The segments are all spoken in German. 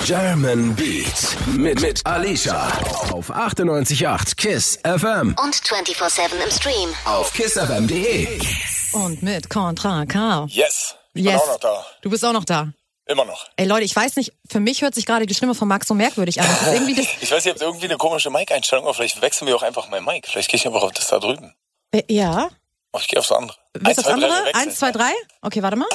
German Beats mit, mit Alicia auf 98.8 KISS FM und 24-7 im Stream. auf kissfm.de. Und mit Contra K. Yes. Ich bin auch noch da. Du bist auch noch da. Immer noch. Ey Leute, ich weiß nicht, für mich hört sich gerade die Stimme von Max so merkwürdig an. Das ist irgendwie das, Ich weiß, ihr habt irgendwie eine komische Mic-Einstellung, aber vielleicht wechseln wir auch einfach mein Mic. Vielleicht gehe ich einfach auf das da drüben. Äh, ja. Oh, ich gehe aufs andere. Willst du das wir andere? wechseln. Eins, zwei, drei? Okay, warte mal.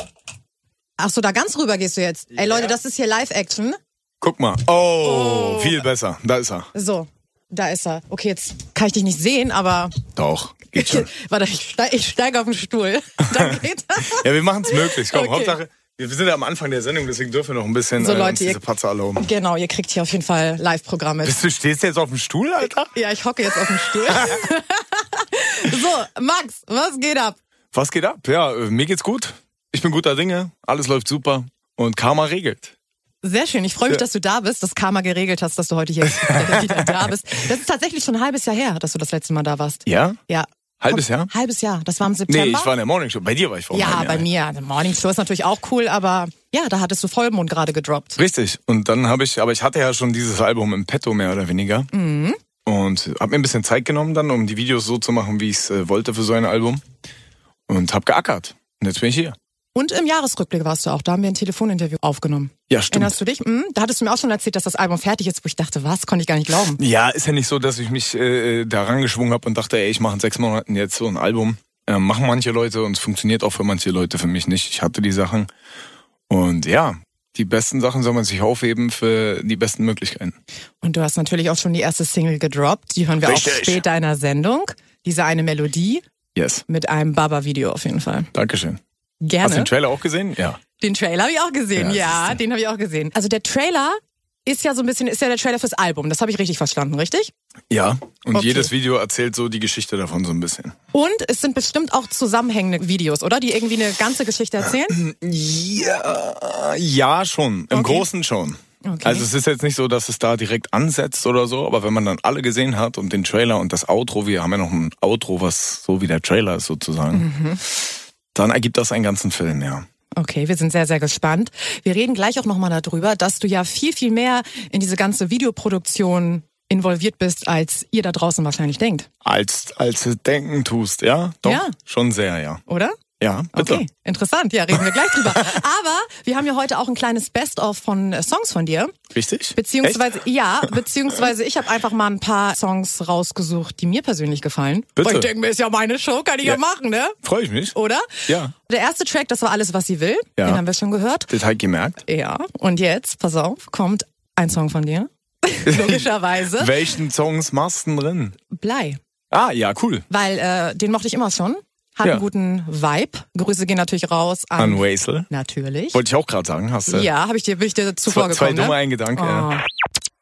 Ach so, da ganz rüber gehst du jetzt. Ey Leute, das ist hier Live-Action. Guck mal. Oh, viel besser. Da ist er. So, da ist er. Okay, jetzt kann ich dich nicht sehen, aber Doch, geht schon. warte, ich steige ich steig auf den Stuhl. Dann geht Ja, wir machen es möglich. Komm, Okay. Hauptsache, wir sind ja am Anfang der Sendung, deswegen dürfen wir noch ein bisschen So, äh, Leute, uns ihr- diese Patzer erlauben. Genau, ihr kriegt hier auf jeden Fall Live-Programme. Bist du stehst jetzt auf dem Stuhl, Alter? Ja, ich hocke jetzt auf dem Stuhl. so, Max, was geht ab? Was geht ab? Ja, äh, mir geht's gut. Ich bin guter Dinge. Alles läuft super. Und Karma regelt. Sehr schön. Ich freue mich, dass du da bist, dass Karma geregelt hast, dass du heute hier wieder da bist. Das ist tatsächlich schon ein halbes Jahr her, dass du das letzte Mal da warst. Ja? Ja. Halbes Komm, Jahr? Halbes Jahr. Das war im September. Nee, ich war in der Morning Show. Bei dir war ich vor einem ja, halben bei Jahr. mir. The Morning Show ist natürlich auch cool, aber ja, da hattest du Vollmond gerade gedroppt. Richtig. Und dann habe ich, aber ich hatte ja schon dieses Album im Petto mehr oder weniger. Und habe mir ein bisschen Zeit genommen dann, um die Videos so zu machen, wie ich es äh, wollte für so ein Album. Und habe geackert. Und jetzt bin ich hier. Und im Jahresrückblick warst du auch. Da haben wir ein Telefoninterview aufgenommen. Ja, stimmt. Erinnerst du dich? Hm? Da hattest du mir auch schon erzählt, dass das Album fertig ist, wo ich dachte, was? Konnte ich gar nicht glauben. Ja, ist ja nicht so, dass ich mich äh, da rangeschwungen habe und dachte, ey, ich mache in sechs Monaten jetzt so ein Album. Ähm, machen manche Leute und es funktioniert auch für manche Leute, für mich nicht. Ich hatte die Sachen. Und ja, die besten Sachen soll man sich aufheben für die besten Möglichkeiten. Und du hast natürlich auch schon die erste Single gedroppt. Die hören wir auch Richtig. später in der Sendung. Diese eine Melodie Yes. mit einem Baba-Video auf jeden Fall. Dankeschön. Hast du Gerne. den Trailer auch gesehen? Ja. Den Trailer habe ich auch gesehen. Ja, Ja, siehste. den habe ich auch gesehen. Also der Trailer ist ja so ein bisschen, ist ja der Trailer fürs Album. Das habe ich richtig verstanden, richtig? Ja. Und Okay. jedes Video erzählt so die Geschichte davon so ein bisschen. Und es sind bestimmt auch zusammenhängende Videos, oder? Die irgendwie eine ganze Geschichte erzählen. Ja, ja schon. Im Großen schon. Okay. Also es ist jetzt nicht so, dass es da direkt ansetzt oder so, aber wenn man dann alle gesehen hat und den Trailer und das Outro, wir haben ja noch ein Outro, was so wie der Trailer ist sozusagen, Mhm. dann ergibt das einen ganzen Film, ja. Okay, wir sind sehr, sehr gespannt. Wir reden gleich auch nochmal darüber, dass du ja viel, viel mehr in diese ganze Videoproduktion involviert bist, als ihr da draußen wahrscheinlich denkt, Als, als du denken tust, ja? Doch, Ja. schon sehr, ja. oder? Ja, bitte. Okay, interessant. Ja, reden wir gleich drüber. Aber wir haben ja heute auch ein kleines Best-of von äh, Songs von dir. Richtig? Beziehungsweise, ja, beziehungsweise ich habe einfach mal ein paar Songs rausgesucht, die mir persönlich gefallen. Bitte. Weil ich denke mir, ist ja meine Show, kann ich ja, Ja. machen, ne? Freue ich mich. Oder? Ja. Der erste Track, das war alles, was sie will. Ja. Den haben wir schon gehört. Detail gemerkt. Ja. Und jetzt, pass auf, kommt ein Song von dir. Logischerweise. Welchen Songs machst du denn drin? Blei. Ah, ja, cool. Weil äh, den mochte ich immer schon. Hat Ja. einen guten Vibe. Grüße gehen natürlich raus an. An Waisel. Natürlich. Wollte ich auch gerade sagen, hast du. Ja, habe ich dir, bin ich dir Zwei, zuvor zwei gekommen. dumme ne? Oh. ein Gedanke. ja.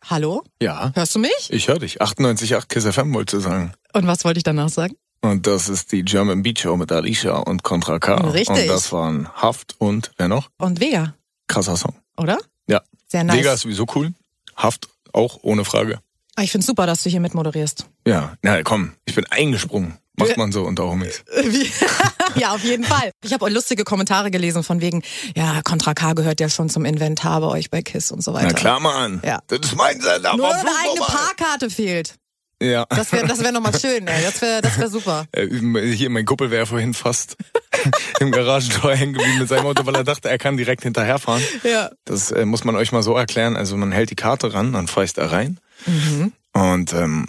Hallo? Ja. Hörst du mich? Ich höre dich. 98.8 Kiss FM wollte ich sagen. Und was wollte ich danach sagen? Und das ist die German Beat Show mit Alicia und Contra K. Richtig. Und das waren Haft und wer noch? Und Vega, Krasser Song. oder? Ja. Sehr nice. Vega ist sowieso cool. Haft auch ohne Frage. Ah, Ich find's super, dass du hier mitmoderierst. Ja, na komm, ich bin eingesprungen. Äh, Macht man so unter Homies. ja, auf jeden Fall. Ich habe lustige Kommentare gelesen von wegen, ja, Contra K gehört ja schon zum Inventar bei euch bei KISS und so weiter. Na klar, Mann. äh, Ja. Das ist mein Sender. Nur warum eine fluch eigene nochmal? Parkkarte fehlt. Ja. Das wäre das wär nochmal schön, ey. Das wäre das wär super. Äh, Hier, mein Kumpel wäre vorhin fast im Garagentor hängen geblieben mit seinem Auto, weil er dachte, er kann direkt hinterherfahren. Ja. Das äh, muss man euch mal so erklären. Also man hält die Karte ran, dann fahre ich da rein. Mhm. Und ähm,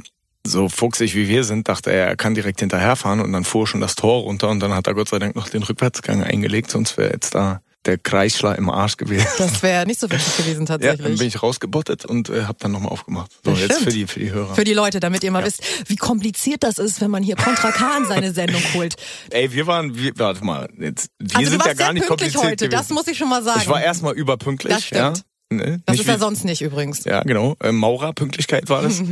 so fuchsig wie wir sind, dachte er, er kann direkt hinterherfahren und dann fuhr schon das Tor runter und dann hat er Gott sei Dank noch den Rückwärtsgang eingelegt, sonst wäre jetzt da der Kreischler im Arsch gewesen. Das wäre nicht so witzig gewesen ja, dann tatsächlich. bin ich rausgebottet und äh, hab dann nochmal aufgemacht. So, Das jetzt stimmt. für die, für die Hörer. für die Leute, damit ihr mal wisst, wie kompliziert das ist, wenn man hier Contra K in seine Sendung holt. Ey, wir waren, wir, warte mal, jetzt, wir also sind du warst ja gar sehr nicht pünktlich kompliziert heute, gewesen. das muss ich schon mal sagen. Ich war erstmal überpünktlich. Das stimmt. Ja. Ne? das Nicht ist ja wie- sonst nicht übrigens. Ja, genau. Äh, Maurerpünktlichkeit war das.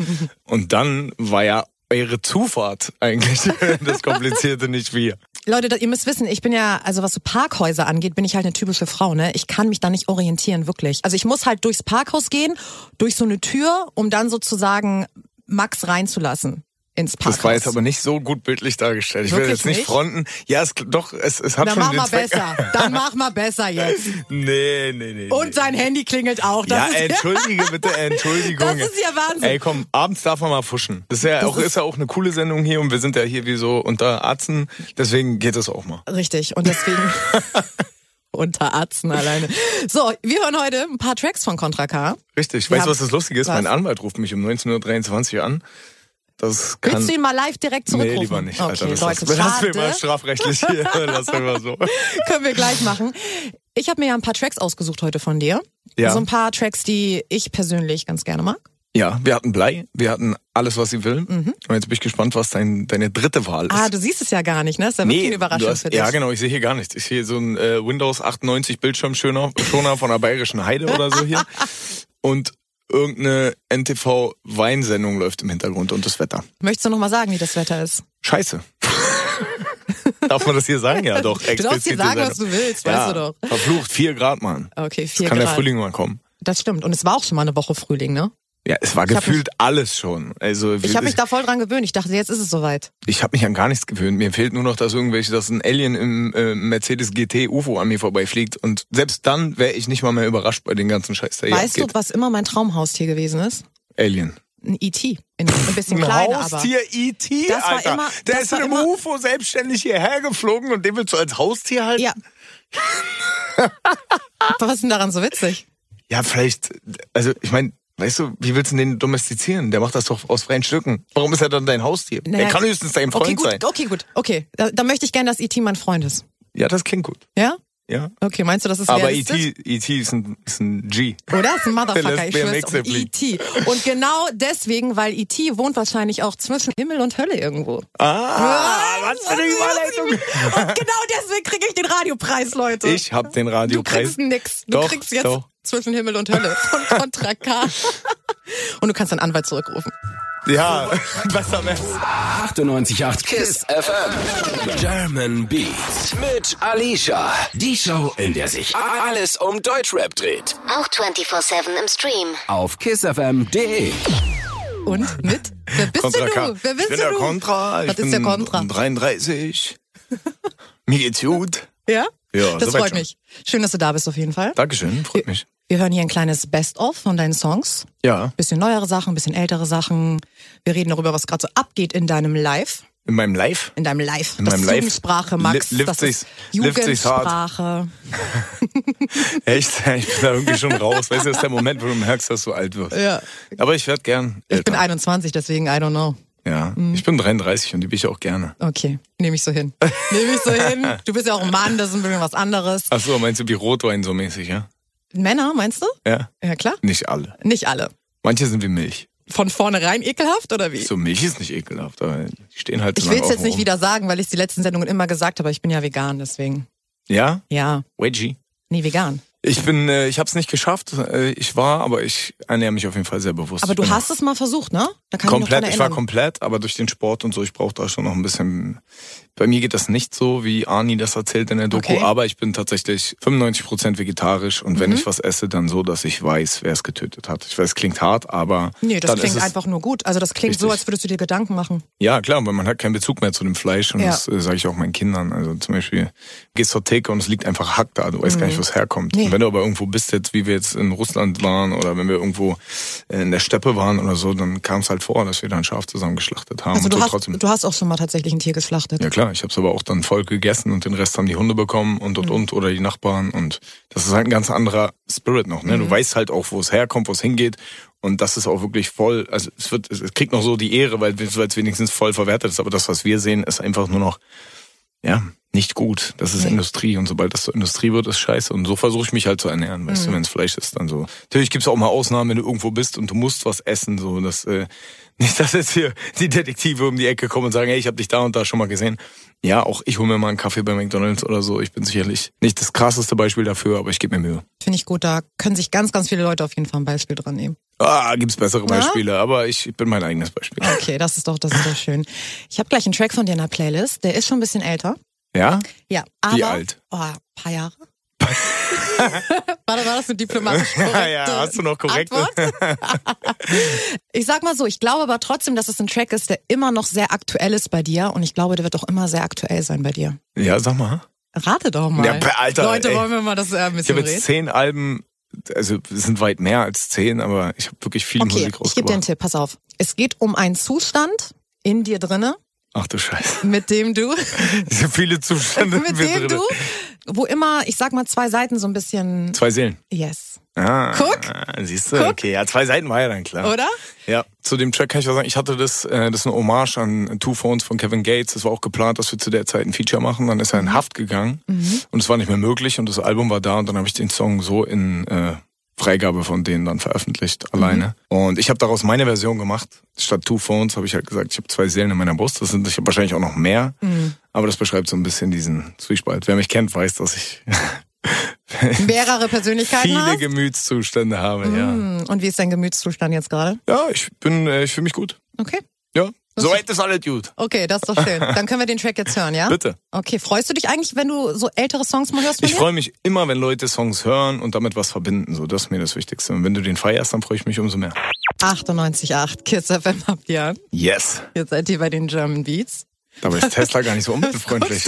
Und dann war ja eure Zufahrt eigentlich das Komplizierte, nicht wir. Leute, da- ihr müsst wissen, ich bin ja, also was so Parkhäuser angeht, bin ich halt eine typische Frau, ne? Ich kann mich da nicht orientieren, wirklich. Also ich muss halt durchs Parkhaus gehen, durch so eine Tür, um dann sozusagen Max reinzulassen. ins Parkhaus. Das war jetzt aber nicht so gut bildlich dargestellt. Ich will Wirklich jetzt nicht nicht? fronten. Ja, es, doch, es, es hat Dann schon mach den mal Zweck. besser. Dann mach mal besser jetzt. Nee, nee, nee. nee. Und sein Handy klingelt auch. Das ja, ist entschuldige bitte, Entschuldigung. Das ist ja Wahnsinn. Ey, komm, abends darf man mal fuschen. Das ist ja, auch, ist, ja auch eine coole Sendung hier und wir sind ja hier wie so unter Atzen. Deswegen geht das auch mal. Richtig, und deswegen unter Atzen alleine. So, wir hören heute ein paar Tracks von Contra K. Richtig. Wir Weißt du, haben- was das Lustige ist? Was? Mein Anwalt ruft mich um 19.23 Uhr an. Das kann... Willst du ihn mal live direkt zurückrufen? Nee, lieber nicht. Okay, Alter, das Leute, lassen- lassen wir schade. mal strafrechtlich hier. Lassen wir mal so. Können wir gleich machen. Ich habe mir ja ein paar Tracks ausgesucht heute von dir. Ja. So ein paar Tracks, die ich persönlich ganz gerne mag. Ja, wir hatten Blei, wir hatten alles, was sie will. Und jetzt bin ich gespannt, was dein, deine dritte Wahl ist. Mhm. Ah, du siehst es ja gar nicht, ne? Ist ja wirklich eine Überraschung du hast- für dich. Ja, genau, ich sehe hier gar nichts. Ich sehe so einen äh, Windows 98 Bildschirmschoner Schoner von der Bayerischen Heide oder so hier. Und irgendeine NTV-Weinsendung läuft im Hintergrund und das Wetter. Möchtest du noch mal sagen, wie das Wetter ist? Scheiße. Darf man das hier sagen? Ja, doch. Du darfst hier explizite sagen, Sendung. was du willst, ja, weißt du doch. Verflucht, vier Grad, Mann. Okay, Jetzt vier kann Grad. der Frühling mal kommen. Das stimmt. Und es war auch schon mal eine Woche Frühling, ne? Ja, es war Ich hab gefühlt alles schon. Also, Ich habe mich da voll dran gewöhnt. Ich dachte, jetzt ist es soweit. Ich habe mich an gar nichts gewöhnt. Mir fehlt nur noch, dass irgendwelche, dass ein Alien im äh, Mercedes GT UFO an mir vorbeifliegt. Und selbst dann wäre ich nicht mal mehr überrascht bei den ganzen Scheiß, der hier weißt du, abgeht. was immer mein Traumhaustier gewesen ist? Alien. Ein E.T. In- Ein bisschen kleiner, aber. Haustier E.T., Das war E Alter. immer- der das ist war in einem immer- UFO selbstständig hierher geflogen und den willst du als Haustier halten? Ja. was ist denn daran so witzig? Ja, vielleicht, also ich meine, weißt du, wie willst du den domestizieren? Der macht das doch aus freien Stücken. Warum ist er dann dein Haustier? Naja, er kann höchstens dein Freund okay, gut, sein. Okay, gut, okay. Da, da möchte ich gerne, dass E.T. mein Freund ist. Ja, das klingt gut. Ja? Ja. Okay, meinst du, das ist Aber E E.T. realistisch? E.T. Ist, ein, ist ein G. Oder? Ist ein Der Motherfucker, lässt ich mir schwör's nix auf E erblicken. E.T. Und genau deswegen, weil E.T. wohnt wahrscheinlich auch zwischen Himmel und Hölle irgendwo. Ah, Oh, was für eine Überleitung. Und genau deswegen kriege ich den Radiopreis, Leute. Ich hab den Du Radiopreis. kriegst nix. Du Doch, kriegst jetzt doch. zwischen Himmel und Hölle von Contra K. Und du kannst deinen Anwalt zurückrufen. Ja, besser wär's. 98.8 KISS FM. German Beats mit Alicia. Die Show, in der sich alles um Deutschrap dreht. Auch 24-7 im Stream. Auf kissfm.de. Und mit? Wer bist Contra denn du? K. Wer bist ich bin denn der du? Contra. Ich Was bin ist der Contra? 33. Mir geht's gut. Ja? Ja, das soweit freut schon. mich. Schön, dass du da bist auf jeden Fall. Dankeschön, freut mich. Wir hören hier ein kleines Best-of von deinen Songs. Ja, Bisschen neuere Sachen, bisschen ältere Sachen. Wir reden darüber, was gerade so abgeht in deinem Live. in meinem Live. In deinem Live. In das meinem ist Live. Jugendsprache, Max. Li- lift das ist sich's- lift sich's hart. Jugendsprache. Echt? Ich bin da irgendwie schon raus. Weißt du, das ist der Moment, wo du merkst, dass du alt wirst. Ja. Aber ich werde gern Ich bin Mhm. älter. 21, deswegen I don't know. ja, ich bin 33 und die bin ich auch gerne. Okay, nehme ich so hin. Nehme ich so hin. Du bist ja auch ein Mann, das ist ein bisschen was anderes. Ach so, meinst du wie Rotwein so mäßig, ja? Männer, meinst du? Ja. Ja, klar. Nicht alle. Nicht alle. Manche sind wie Milch. Von vornherein ekelhaft oder wie? So Milch ist nicht ekelhaft, aber die stehen halt so Ich lange will es offen jetzt nicht rum. wieder sagen, weil ich die letzten Sendungen immer gesagt habe, ich bin ja vegan, deswegen. Ja? Ja, Wedgie. nee, vegan. Ich bin, äh, ich habe es nicht geschafft. Äh, ich war, aber ich ernähre mich auf jeden Fall sehr bewusst. Genau. Aber Ich du bin hast es mal versucht, ne? Da kann ich mich noch komplett. dran Ich war erinnern. komplett, aber durch den Sport und so, ich brauche da schon noch ein bisschen. Bei mir geht das nicht so, wie Arni das erzählt in der Doku. Okay. Mhm. Aber ich bin tatsächlich 95 vegetarisch und wenn ich was esse, dann so, dass ich weiß, wer es getötet hat. Ich weiß, klingt hart, aber Nee, das dann klingt ist es, einfach nur gut. Also das klingt so, Richtig. als würdest du dir Gedanken machen. Ja, klar, weil man hat keinen Bezug mehr zu dem Fleisch und Ja. das äh, sage ich auch meinen Kindern. Also zum Beispiel gehst zur Theke und es liegt einfach Hack da, du weißt gar nicht, was herkommt. Mhm. Nee. Und wenn du aber irgendwo bist, jetzt wie wir jetzt in Russland waren oder wenn wir irgendwo äh, in der Steppe waren oder so, dann kam es halt vor, dass wir dann Schaf zusammengeschlachtet haben Also und du so hast, trotzdem. du hast auch schon mal tatsächlich ein Tier geschlachtet. Ja klar, ich habe es aber auch dann voll gegessen und den Rest haben die Hunde bekommen und und und oder die Nachbarn und das ist halt ein ganz anderer Spirit noch. Ne? Du weißt halt auch, wo es herkommt, wo es hingeht und das ist auch wirklich voll. Also es wird, es es kriegt noch so die Ehre, weil weil es wenigstens voll verwertet ist. Aber das, was wir sehen, ist einfach nur noch ja nicht gut. Das ist Mhm. Nee. Industrie und sobald das zur Industrie wird, ist scheiße. Und so versuche ich mich halt zu ernähren, weißt du, Mhm. wenn es Fleisch ist, dann so. Natürlich gibt's auch mal Ausnahmen, wenn du irgendwo bist und du musst was essen, so dass äh, nicht, dass jetzt hier die Detektive um die Ecke kommen und sagen, hey, ich habe dich da und da schon mal gesehen. Ja, auch ich hole mir mal einen Kaffee bei McDonald's oder so. Ich bin sicherlich nicht das krasseste Beispiel dafür, aber ich gebe mir Mühe. Finde ich gut. Da können sich ganz, ganz viele Leute auf jeden Fall ein Beispiel dran nehmen. Ah, gibt's bessere Beispiele, aber ich bin mein eigenes Beispiel. Okay, das ist doch, das ist doch schön. Ich habe gleich einen Track von dir in der Playlist. Der ist schon ein bisschen älter. Ja? Ja, aber alt? Oh, ein paar Jahre. War, war das eine diplomatisch korrekte Ja, hast du noch korrekt? Antwort? ich sag mal so, ich glaube aber trotzdem, dass es ein Track ist, der immer noch sehr aktuell ist bei dir und ich glaube, der wird auch immer sehr aktuell sein bei dir. Ja, sag mal. Rate doch mal. Ja, pe- Alter, Leute, ey. wollen wir mal das äh, ein Ich bisschen habe jetzt reden? zehn Alben, also es sind weit mehr als zehn, aber ich habe wirklich viel Okay, Musik ich gebe dir einen rausgebracht. Tipp, pass auf. Es geht um einen Zustand in dir drinne, Ach du Scheiße. mit dem du Es sind viele Zustände. in mit mir dem drin. du, wo immer, ich sag mal, zwei Seiten so ein bisschen. Zwei Seelen. Yes. Ah, Guck. Siehst du? Guck. Okay, ja, zwei Seiten war ja dann klar. Oder? Ja, zu dem Track kann ich was sagen. Ich hatte das, äh, das ist eine Hommage an Two Phones von Kevin Gates. Es war auch geplant, dass wir zu der Zeit ein Feature machen. Dann ist er in Haft gegangen Mhm. und es war nicht mehr möglich und das Album war da und dann habe ich den Song so in äh, Freigabe von denen dann veröffentlicht, alleine. Mhm. Und ich habe daraus meine Version gemacht. Statt Two Phones habe ich halt gesagt, ich habe zwei Seelen in meiner Brust. Das sind ich habe wahrscheinlich auch noch mehr, Mhm. aber das beschreibt so ein bisschen diesen Zwiespalt. Wer mich kennt, weiß, dass ich Mehrere Persönlichkeiten viele hast. Gemütszustände habe. Ja, Hm, Und wie ist dein Gemütszustand jetzt gerade? ja ich bin, äh, ich fühle mich gut. Okay. Ja, Das so ist- weit ist alles gut. Okay, das ist doch schön. Dann können wir den Track jetzt hören, ja? Bitte. Okay, freust du dich eigentlich, wenn du so ältere Songs mal hörst? Von Ich dir? freue mich immer, wenn Leute Songs hören und damit was verbinden. So, das ist mir das Wichtigste. Und wenn du den feierst, dann freue ich mich umso mehr. 98,8 Kiss FM habt ihr. an. Yes. Jetzt seid ihr bei den German Beats. Dabei ist Tesla gar nicht so umweltfreundlich.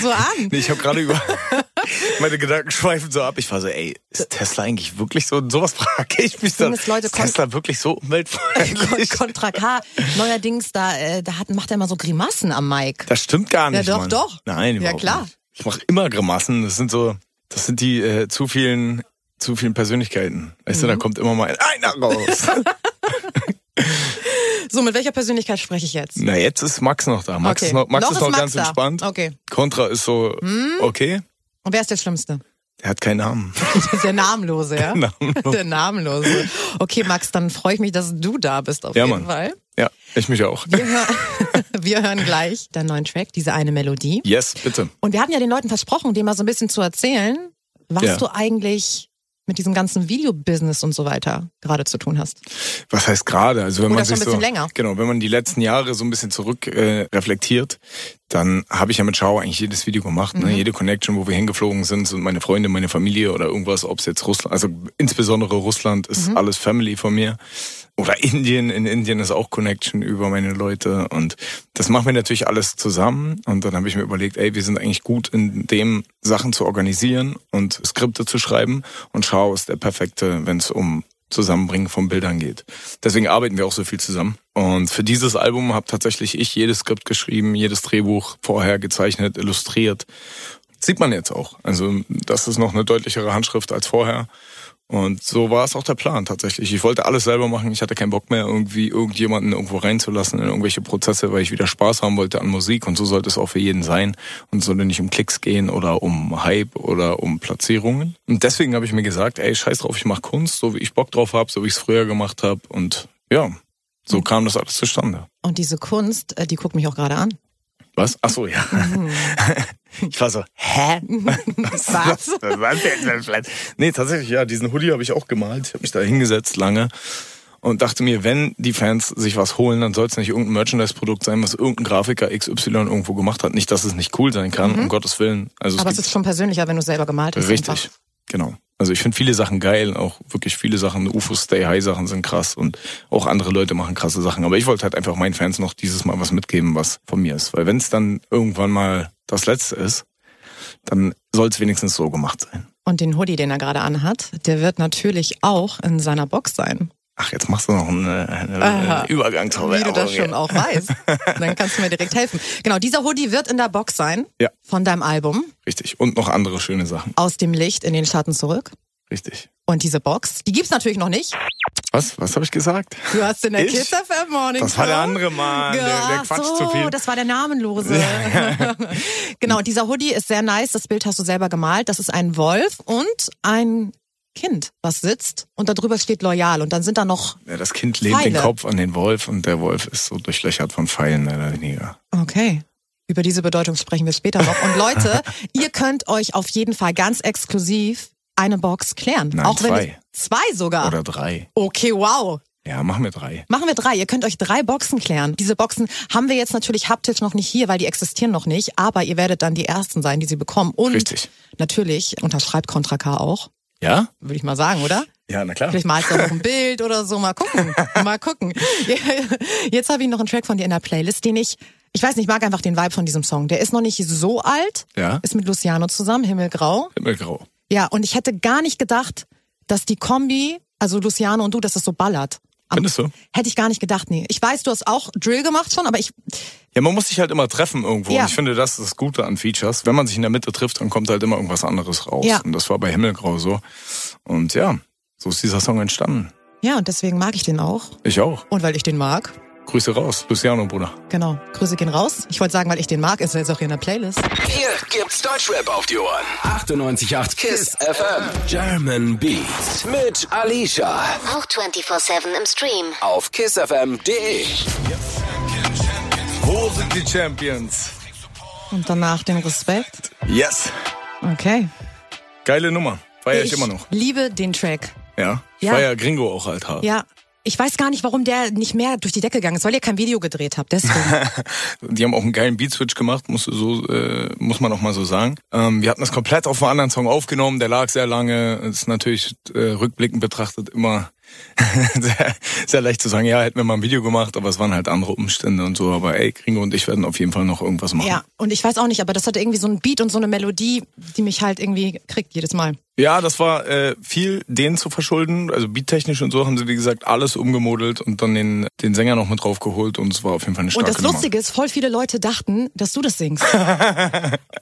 So an. Nee, ich habe gerade über meine Gedanken schweifen so ab. Ich war so, ey, ist Tesla eigentlich wirklich so? Sowas frage ich mich dann. Ding ist, Leute, ist Tesla wirklich so Kon Oh umweltfreundlich? Contra K, neuerdings, da, äh, da hat, macht er immer so Grimassen am Mic. Das stimmt gar Ja, nicht. doch, Mann. doch. Nein, Ja, überhaupt klar. Nicht. Ich mache immer Grimassen. Das sind so, das sind die äh, zu vielen, zu vielen Persönlichkeiten. Weißt Mhm. du, da kommt immer mal ein einer raus. So, mit welcher Persönlichkeit spreche ich jetzt? Na, jetzt ist Max noch da. Max Okay. ist noch, Max Noch ist ist noch Max ganz da. entspannt. Okay. Hm? Contra ist so, okay. Und wer ist der Schlimmste? Er hat keinen Namen. Der Namenlose, ja? Der Namenlose. Der Namenlose. Okay, Max, dann freue ich mich, dass du da bist auf Ja, jeden Mann. Fall. ja, ich mich auch. Wir, hör wir hören gleich deinen neuen Track, diese eine Melodie. Yes, bitte. Und wir hatten ja den Leuten versprochen, dir mal so ein bisschen zu erzählen, was Ja. du eigentlich mit diesem ganzen Videobusiness und so weiter gerade zu tun hast. Was heißt gerade? Also wenn Oder man schon sich ein bisschen so, länger. genau, wenn man die letzten Jahre so ein bisschen zurück äh, reflektiert, dann habe ich ja mit Schau eigentlich jedes Video gemacht, Mhm. ne? jede Connection, wo wir hingeflogen sind, sind meine Freunde, meine Familie oder irgendwas, ob es jetzt Russland, also insbesondere Russland ist Mhm. alles Family von mir. Oder Indien, in Indien ist auch Connection über meine Leute und das machen wir natürlich alles zusammen und dann habe ich mir überlegt, ey, wir sind eigentlich gut in dem, Sachen zu organisieren und Skripte zu schreiben und Schau ist der perfekte, wenn es um Zusammenbringen von Bildern geht. Deswegen arbeiten wir auch so viel zusammen. Und für dieses Album habe tatsächlich ich jedes Skript geschrieben, jedes Drehbuch vorher gezeichnet, illustriert. Sieht man jetzt auch. Also das ist noch eine deutlichere Handschrift als vorher. Und so war es auch der Plan tatsächlich. Ich wollte alles selber machen. Ich hatte keinen Bock mehr, irgendwie irgendjemanden irgendwo reinzulassen in irgendwelche Prozesse, weil ich wieder Spaß haben wollte an Musik. Und so sollte es auch für jeden sein. Und es sollte nicht um Klicks gehen oder um Hype oder um Platzierungen. Und deswegen habe ich mir gesagt, ey, scheiß drauf, ich mache Kunst, so wie ich Bock drauf habe, so wie ich es früher gemacht habe. Und ja, so kam das alles zustande. Und diese Kunst, äh, die guckt mich auch gerade an. Was? Ach so, ja. Mhm. Ich war so, hä? Was? Was? Was denn für ein Scheiß? Nee, tatsächlich, ja, diesen Hoodie habe ich auch gemalt. Ich habe mich da hingesetzt lange und dachte mir, wenn die Fans sich was holen, dann soll es nicht irgendein Merchandise-Produkt sein, was irgendein Grafiker XY irgendwo gemacht hat. Nicht, dass es nicht cool sein kann, um Gottes Willen. Also Mhm. Aber es es gibt ist schon persönlicher, wenn du selber gemalt hast. Richtig, einfach. genau. Also ich finde viele Sachen geil, auch wirklich viele Sachen. UFO Stay High Sachen sind krass und auch andere Leute machen krasse Sachen. Aber ich wollte halt einfach meinen Fans noch dieses Mal was mitgeben, was von mir ist. Weil wenn es dann irgendwann mal das Letzte ist, dann soll es wenigstens so gemacht sein. Und den Hoodie, den er gerade anhat, der wird natürlich auch in seiner Box sein. Ach, jetzt machst du noch einen, äh, einen, Aha. einen Übergang zur Wie du das Werbung. schon auch weißt. Dann kannst du mir direkt helfen. Genau, dieser Hoodie wird in der Box sein. Ja. Von deinem Album. Richtig. Und noch andere schöne Sachen. Aus dem Licht in den Schatten zurück. Richtig. Und diese Box, die gibt's natürlich noch nicht. Was? Was habe ich gesagt? Du hast in der Ich? Kids FM Morning Das war der Show- andere Mann, der, der Genau. Ach quatscht so, zu viel. das war der Namenlose. genau, und dieser Hoodie ist sehr nice. Das Bild hast du selber gemalt. Das ist ein Wolf und ein Kind, was sitzt. Und darüber steht loyal. Und dann sind da noch. Ja, das Kind lehnt Pfeile. den Kopf an den Wolf und der Wolf ist so durchlöchert von Pfeilen, mehr oder weniger. Okay. Über diese Bedeutung sprechen wir später noch. Und Leute, ihr könnt euch auf jeden Fall ganz exklusiv eine Box klären. Nein, Auch wenn zwei. Ah. es- zwei sogar. Oder drei. Okay, wow. Ja, machen wir drei. Machen wir drei. Ihr könnt euch drei Boxen klären. Diese Boxen haben wir jetzt natürlich haptisch noch nicht hier, weil die existieren noch nicht. Aber ihr werdet dann die Ersten sein, die sie bekommen. Und Richtig. natürlich unterschreibt Contra K auch, Ja? würde ich mal sagen, oder? Ja, na klar. Vielleicht malst du auch noch ein Bild oder so. Mal gucken. Mal gucken. Jetzt habe ich noch einen Track von dir in der Playlist, den ich, ich weiß nicht, ich mag einfach den Vibe von diesem Song. Der ist noch nicht so alt. Ja. Ist mit Luciano zusammen, Himmelgrau. Himmelgrau. Ja, und ich hätte gar nicht gedacht, dass die Kombi, also Luciano und du, dass das so ballert. Am- Findest du? Hätte ich gar nicht gedacht, nee. Ich weiß, du hast auch Drill gemacht schon, aber ich, Ja, man muss sich halt immer treffen irgendwo. Ja. Und ich finde, das ist das Gute an Features. Wenn man sich in der Mitte trifft, dann kommt halt immer irgendwas anderes raus. Ja. Und das war bei Himmelgrau so. Und ja, so ist dieser Song entstanden. ja, und deswegen mag ich den auch. Ich auch. Und weil ich den mag, Grüße raus, Luciano, Bruder. genau. Grüße gehen raus. Ich wollte sagen, weil ich den mag, ist er jetzt auch hier in der Playlist. Hier gibt's Deutschrap auf die Ohren. 98.8 KISS FM. German Beats mit Alicia. Auch 24-7 im Stream. Auf kissfm.de. Wo sind die Champions? Und danach den Respekt. Yes. Okay. Geile Nummer. Feier ich, immer noch. liebe den Track. Ja. Ich Ja. feier Gringo auch halt hart. Ja. Ich weiß gar nicht, warum der nicht mehr durch die Decke gegangen ist, weil ihr kein Video gedreht habt. Deswegen. Die haben auch einen geilen Beat-Switch gemacht, muss, so, äh, muss man auch mal so sagen. Ähm, wir hatten das komplett auf einen anderen Song aufgenommen, der lag sehr lange. Es ist natürlich äh, rückblickend betrachtet immer sehr, sehr leicht zu sagen, ja, hätten wir mal ein Video gemacht, aber es waren halt andere Umstände und so. Aber ey, Gringo und ich werden auf jeden Fall noch irgendwas machen. ja. Und ich weiß auch nicht, aber das hatte irgendwie so einen Beat und so eine Melodie, die mich halt irgendwie kriegt jedes Mal. Ja, das war äh, viel denen zu verschulden. Also beattechnisch und so haben sie, wie gesagt, alles umgemodelt und dann den, den Sänger noch mit draufgeholt und es war auf jeden Fall eine Und starke das Lustige ist, voll viele Leute dachten, dass du das singst.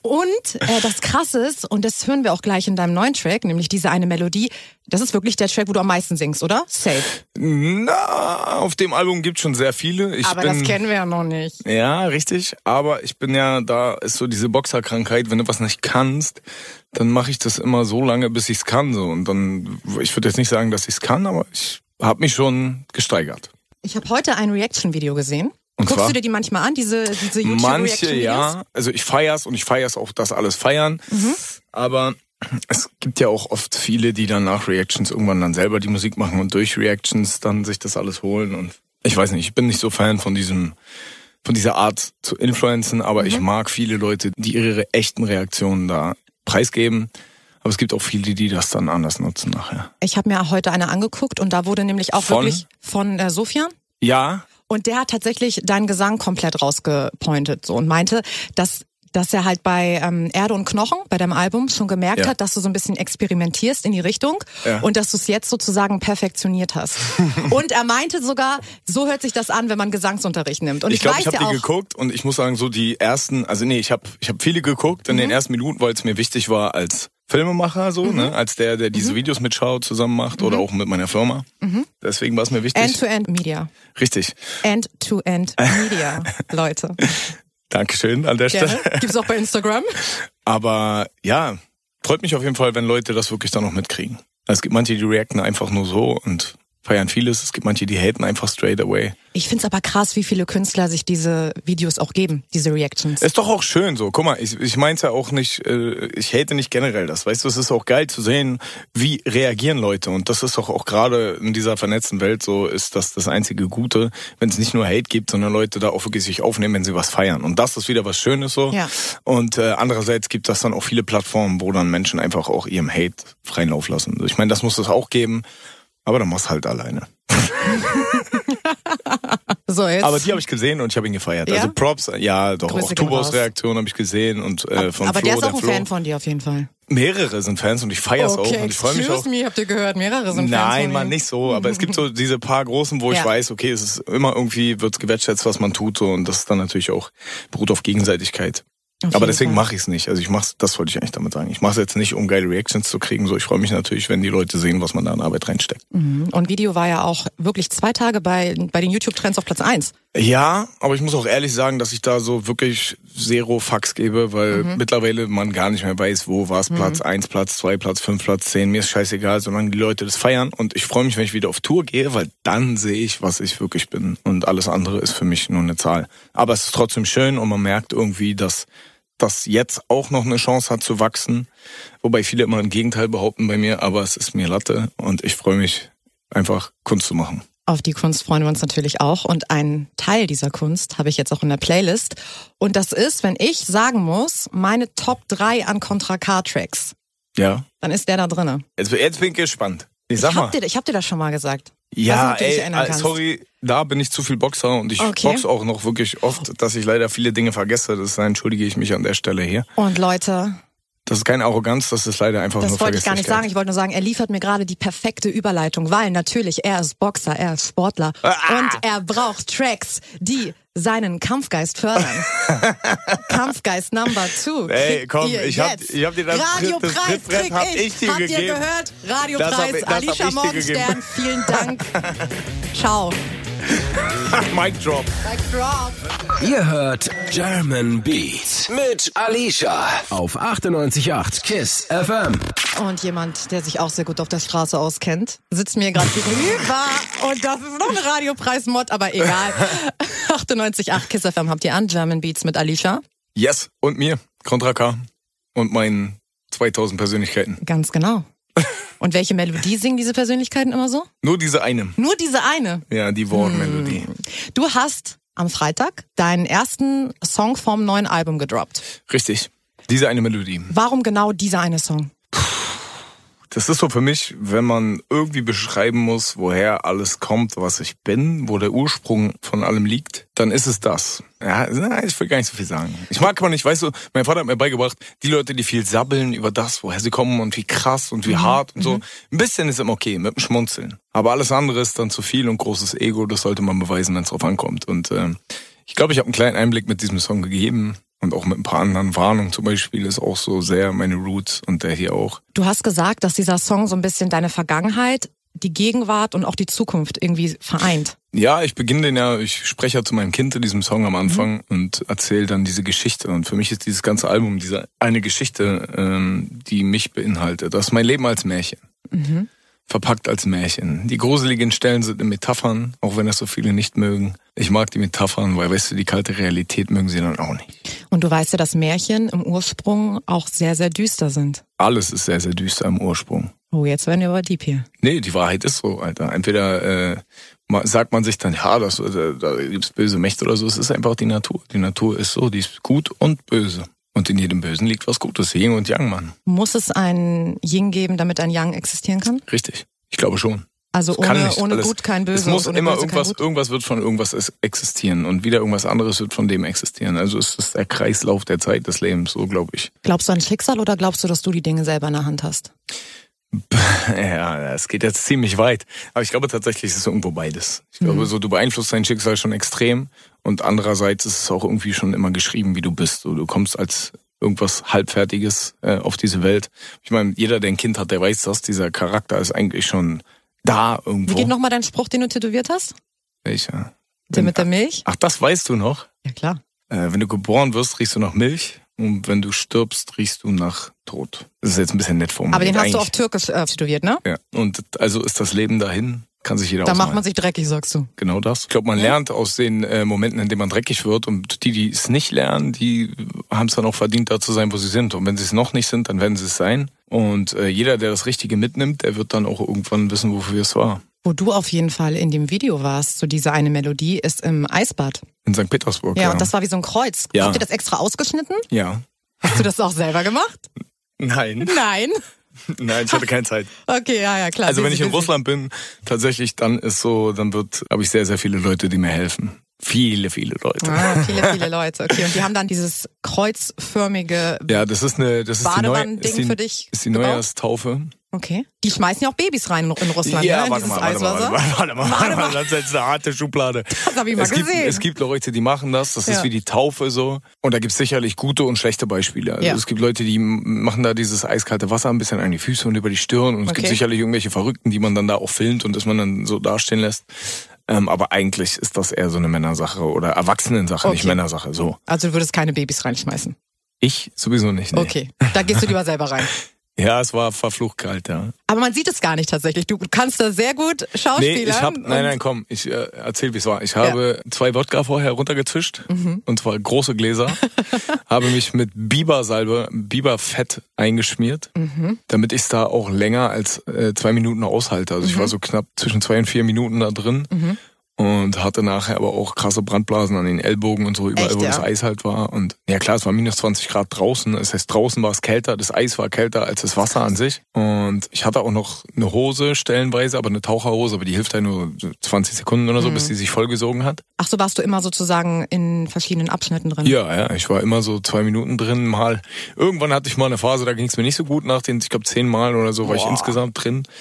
und äh, das Krasse ist, und das hören wir auch gleich in deinem neuen Track, nämlich diese eine Melodie, das ist wirklich der Track, wo du am meisten singst, oder? Safe. Nummer. Na, auf dem Album gibt's schon sehr viele. Ich Aber bin, das kennen wir ja noch nicht. Ja, richtig. Aber ich bin ja, da ist so diese Boxerkrankheit, wenn du was nicht kannst, dann mache ich das immer so lange, bis ich's kann. So. Und dann, ich würde jetzt nicht sagen, dass ich's kann, aber ich habe mich schon gesteigert. Ich habe heute ein Reaction-Video gesehen. Und Guckst zwar? du dir die manchmal an, diese, diese Manche YouTube-Reaction-Videos? ja, also ich feier's und ich feier's auch, dass alles feiern. Aber es gibt ja auch oft viele, die dann nach Reactions irgendwann dann selber die Musik machen und durch Reactions dann sich das alles holen. Und ich weiß nicht, ich bin nicht so Fan von diesem, von dieser Art zu influenzen, aber ich mag viele Leute, die ihre echten Reaktionen da preisgeben. Aber es gibt auch viele, die das dann anders nutzen nachher. Ich habe mir heute eine angeguckt und da wurde nämlich auch Von? wirklich von äh, Sofian. Ja, Und der hat tatsächlich deinen Gesang komplett rausgepointet so und meinte, dass dass er halt bei ähm, Erde und Knochen, bei deinem Album, schon gemerkt Ja. hat, dass du so ein bisschen experimentierst in die Richtung Ja. und dass du es jetzt sozusagen perfektioniert hast. und er meinte sogar, so hört sich das an, wenn man Gesangsunterricht nimmt. Und ich, ich glaube, ich, weiß hab habe ja die auch, geguckt und ich muss sagen, so die ersten, also nee, ich habe ich hab viele geguckt Mhm. in den ersten Minuten, weil es mir wichtig war als Filmemacher so, ne, Mhm. als der, der diese Videos mitschaut, zusammen macht oder auch mit meiner Firma. Mhm. Deswegen war es mir wichtig. End-to-End Media. Richtig. End-to-End Media, Leute. Dankeschön an der Gerne. Stelle. Gibt's auch bei Instagram. Aber ja, freut mich auf jeden Fall, wenn Leute das wirklich dann noch mitkriegen. Es gibt manche, die reacten einfach nur so und feiern vieles. Es gibt manche, die haten einfach straight away. Ich find's aber krass, wie viele Künstler sich diese Videos auch geben, diese Reactions. Ist doch auch schön so. Guck mal, ich, ich meinte ja auch nicht, äh, ich hate nicht generell das. Weißt du, es ist auch geil zu sehen, wie reagieren Leute. Und das ist doch auch gerade in dieser vernetzten Welt so, ist das das einzige Gute, wenn es nicht nur Hate gibt, sondern Leute da auch wirklich sich aufnehmen, wenn sie was feiern. Und das ist wieder was Schönes so. Ja. Und äh, andererseits gibt das dann auch viele Plattformen, wo dann Menschen einfach auch ihrem Hate freien Lauf lassen. Ich meine, das muss es auch geben, aber dann machst halt alleine. so, jetzt. Aber die habe ich gesehen und ich habe ihn gefeiert. Ja? Also Props, ja, doch. Grüße auch gehen Tubos raus. Reaktion habe ich gesehen und äh, von aber Flo, der ist auch ein Flo. Fan von dir auf jeden Fall. Mehrere sind Fans und ich feier's auch und ich freue mich excuse auch. me, habt ihr gehört, mehrere sind Fans Nein, von man ihm. nicht so, aber es gibt so diese paar großen, wo Ja. ich weiß, okay, es ist immer irgendwie wird's gewertschätzt, was man tut so und das ist dann natürlich auch beruht auf Gegenseitigkeit. Auf aber jeden deswegen Fall. mache ich's nicht. Also ich mach's, das wollte ich eigentlich damit sagen. Ich mach's jetzt nicht, um geile Reactions zu kriegen. So, ich freue mich natürlich, wenn die Leute sehen, was man da an Arbeit reinsteckt. Und Video war ja auch wirklich zwei Tage bei, bei den YouTube-Trends auf Platz eins. Ja, aber ich muss auch ehrlich sagen, dass ich da so wirklich zero Fax gebe, weil Mhm. mittlerweile man gar nicht mehr weiß, wo war es Platz eins, Platz zwei, Platz fünf, Platz zehn. Mir ist scheißegal, solange die Leute das feiern. Und ich freue mich, wenn ich wieder auf Tour gehe, weil dann sehe ich, was ich wirklich bin. Und alles andere ist für mich nur eine Zahl. Aber es ist trotzdem schön und man merkt irgendwie, dass das jetzt auch noch eine Chance hat zu wachsen. Wobei viele immer im Gegenteil behaupten bei mir, aber es ist mir Latte und ich freue mich einfach Kunst zu machen. Auf die Kunst freuen wir uns natürlich auch. Und einen Teil dieser Kunst habe ich jetzt auch in der Playlist. Und das ist, wenn ich sagen muss, meine Top 3 an Contra Car Tracks, Ja. dann ist der da drinne. Jetzt, jetzt bin ich gespannt. Ich sag ich mal. hab dir, ich hab dir das schon mal gesagt. Weiß nicht, Ja, ob du dich ey, erinnern äh, kannst. sorry, da bin ich zu viel Boxer und ich Okay. box auch noch wirklich oft, dass ich leider viele Dinge vergesse. Das entschuldige ich mich an der Stelle hier. Und Leute, Das ist keine Arroganz, das ist leider einfach nur das wollte ich gar nicht sagen. Vergesslichkeit. Ich wollte nur sagen, er liefert mir gerade die perfekte Überleitung, weil natürlich er ist Boxer, er ist Sportler Ah! und er braucht Tracks, die seinen Kampfgeist fördern. Kampfgeist Number Two. Ey, kriegt komm, ihr ich hab- jetzt. ich hab dir das- Radiopreis das Trittbrett krieg hab ich. ich dir Habt ihr gegeben. gehört? Das hab Radiopreis ich- das hab ich Alicia dir Morgenstern. gegeben. Vielen Dank. Ciao. Mic drop. Ihr hört German Beat mit Alicia auf 98.8 KISS FM. Und jemand, der sich auch sehr gut auf der Straße auskennt, sitzt mir gerade gegenüber. Und das ist noch ein Radiopreis-Mod, aber egal. 98,8 Kiss FM habt ihr an. German Beats mit Alicia. Yes, und mir, Contra K. Und meinen 2000 Persönlichkeiten. Ganz genau. Und welche Melodie singen diese Persönlichkeiten immer so? Nur diese eine. Nur diese eine. Ja, die Wortmelodie. Hm. Du hast am Freitag deinen ersten Song vom neuen Album gedroppt. Richtig. Diese eine Melodie. Warum genau dieser eine Song? Das ist so für mich, wenn man irgendwie beschreiben muss, woher alles kommt, was ich bin, wo der Ursprung von allem liegt, dann ist es das. Ja, na, ich will gar nicht so viel sagen. Ich mag aber nicht, weißt du, mein Vater hat mir beigebracht, die Leute, die viel sabbeln über das, woher sie kommen und wie krass und wie hart und so, ein bisschen ist immer okay, mit dem Schmunzeln. Aber alles andere ist dann zu viel und großes Ego, das sollte man beweisen, wenn es drauf ankommt. Und ähm, ich glaube, ich habe einen kleinen Einblick mit diesem Song gegeben. Und auch mit ein paar anderen Warnungen zum Beispiel ist auch so sehr meine Roots und der hier auch. Du hast gesagt, dass dieser Song so ein bisschen deine Vergangenheit, die Gegenwart und auch die Zukunft irgendwie vereint. Ja, ich beginne den ja, ich spreche ja zu meinem Kind in diesem Song am Anfang und erzähle dann diese Geschichte. Und für mich ist dieses ganze Album diese eine Geschichte, ähm, die mich beinhaltet. Das ist mein Leben als Märchen. Verpackt als Märchen. Die gruseligen Stellen sind in Metaphern, auch wenn das so viele nicht mögen. Ich mag die Metaphern, weil, weißt du, die kalte Realität mögen sie dann auch nicht. Und du weißt ja, dass Märchen im Ursprung auch sehr, sehr düster sind. Alles ist sehr, sehr düster im Ursprung. Oh, jetzt werden wir aber deep hier. Nee, die Wahrheit ist so, Alter. Entweder äh, ma- sagt man sich dann, ja, das, äh, da, da gibt's böse Mächte oder so. Es ist einfach die Natur. Die Natur ist so, die ist gut und böse. Und in jedem Bösen liegt was Gutes. Yin und Yang, Mann. Muss es ein Yin geben, damit ein Yang existieren kann? Richtig. Ich glaube schon. Also Kann ohne, nicht ohne alles. Gut kein Böse. Es muss und ohne immer Böse irgendwas, Kein Gut. irgendwas wird von irgendwas es- existieren und wieder irgendwas anderes wird von dem existieren. Also es ist der Kreislauf der Zeit des Lebens, so glaube ich. Glaubst du an Schicksal oder glaubst du, dass du die Dinge selber in der Hand hast? Ja, es geht jetzt ziemlich weit. Aber ich glaube tatsächlich ist es irgendwo beides. Ich Mhm. glaube, so du beeinflusst dein Schicksal schon extrem und andererseits ist es auch irgendwie schon immer geschrieben, wie du bist. So, du kommst als irgendwas halbfertiges äh, auf diese Welt. Ich meine, jeder, der ein Kind hat, der weiß das. Dieser Charakter ist eigentlich schon da irgendwo. Wie geht nochmal dein Spruch, den du tätowiert hast? Welcher? Der mit der Milch? Ach, das weißt du noch. Ja klar. Äh, wenn du geboren wirst, riechst du nach Milch und wenn du stirbst, riechst du nach Tod. Das ist jetzt ein bisschen nett formuliert. Aber den hast du auf eigentlich. Türkisch äh, tätowiert, ne? Ja. Und also ist das Leben dahin. Kann sich jeder Da ausmalen. macht man sich dreckig, sagst du. Genau das. Ich glaube, man lernt aus den äh, Momenten, in denen man dreckig wird. Und die, die es nicht lernen, die haben es dann auch verdient, da zu sein, wo sie sind. Und wenn sie es noch nicht sind, dann werden sie es sein. Und äh, jeder, der das Richtige mitnimmt, der wird dann auch irgendwann wissen, wofür es war. Wo du auf jeden Fall in dem Video warst, so diese eine Melodie, ist im Eisbad. In St. Petersburg. Ja, und das war wie so ein Kreuz. Ja. Habt ihr das extra ausgeschnitten? ja. Hast du das auch selber gemacht? Nein, Nein. nein, ich hatte keine Zeit. Okay, ja, ja, klar. Also wenn Busy, ich in busy. Russland bin, tatsächlich, dann ist so, dann wird, habe ich sehr, sehr viele Leute, die mir helfen. Viele, viele Leute. Ah, viele, viele Leute. Okay, und die haben dann dieses kreuzförmige. Ja, das ist eine, das ist die, Neu Badewannending ist die, für dich ist die gebaut? Neujahrstaufe. Okay. Die schmeißen ja auch Babys rein in Russland. ne? Ja, in warte dieses mal, warte mal, Eiswasser. warte mal, warte mal, warte mal, das ist jetzt eine harte Schublade. Das hab ich mal es gibt, gesehen. Es gibt Leute, die machen das, das Ja. ist wie die Taufe so. Und da gibt's sicherlich gute und schlechte Beispiele. Also Ja. Es gibt Leute, die m- machen da dieses eiskalte Wasser ein bisschen an die Füße und über die Stirn. Und es gibt Okay. sicherlich irgendwelche Verrückten, die man dann da auch filmt und dass man dann so dastehen lässt. Ähm, aber eigentlich ist das eher so eine Männersache oder Erwachsenensache, nicht Okay. Männersache. So. Also du würdest keine Babys reinschmeißen. Ich sowieso nicht. Nee. Okay. Da gehst du lieber selber rein. Ja, es war verflucht kalt, ja. Aber man sieht es gar nicht tatsächlich. Du kannst da sehr gut Schauspielern. Nee, ich hab, und- nein, nein, komm, ich äh, erzähl, wie es war. Ich habe zwei Wodka vorher runtergezischt, Mhm. und zwar große Gläser, habe mich mit Bibersalbe, Biberfett eingeschmiert, Mhm. damit ich da auch länger als äh, zwei Minuten aushalte. Also ich Mhm. war so knapp zwischen zwei und vier Minuten da drin. Und hatte nachher aber auch krasse Brandblasen an den Ellbogen und so, überall, Echt, wo ja? das Eis halt war. Und ja klar, es war minus 20 Grad draußen. Das heißt, draußen war es kälter, das Eis war kälter als das Wasser an sich. Und ich hatte auch noch eine Hose stellenweise, aber eine Taucherhose, aber die hilft ja nur so 20 Sekunden oder so, Mhm. bis die sich vollgesogen hat. Ach so, warst du immer sozusagen in verschiedenen Abschnitten drin? Ja, ja, ich war immer so zwei Minuten drin mal. Irgendwann hatte ich mal eine Phase, da ging es mir nicht so gut nach den, ich glaube, zehn Mal oder so war ich insgesamt drin.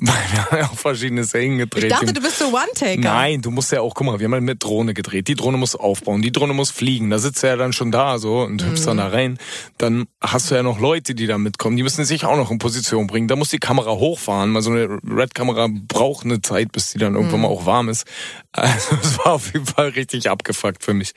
Weil wir haben ja auch verschiedene Szenen gedreht. Ich dachte, Im- du bist so One-Taker. Nein, du musst ja auch, guck mal, wir haben ja mit Drohne gedreht. Die Drohne muss aufbauen, die Drohne muss fliegen. Da sitzt er ja dann schon da so und hüpfst Mhm. dann da rein. Dann hast du ja noch Leute, die da mitkommen. Die müssen sich auch noch in Position bringen. Da muss die Kamera hochfahren. Mal so eine Red-Kamera braucht eine Zeit, bis die dann Mhm. irgendwann mal auch warm ist. Also es war auf jeden Fall richtig abgefuckt für mich.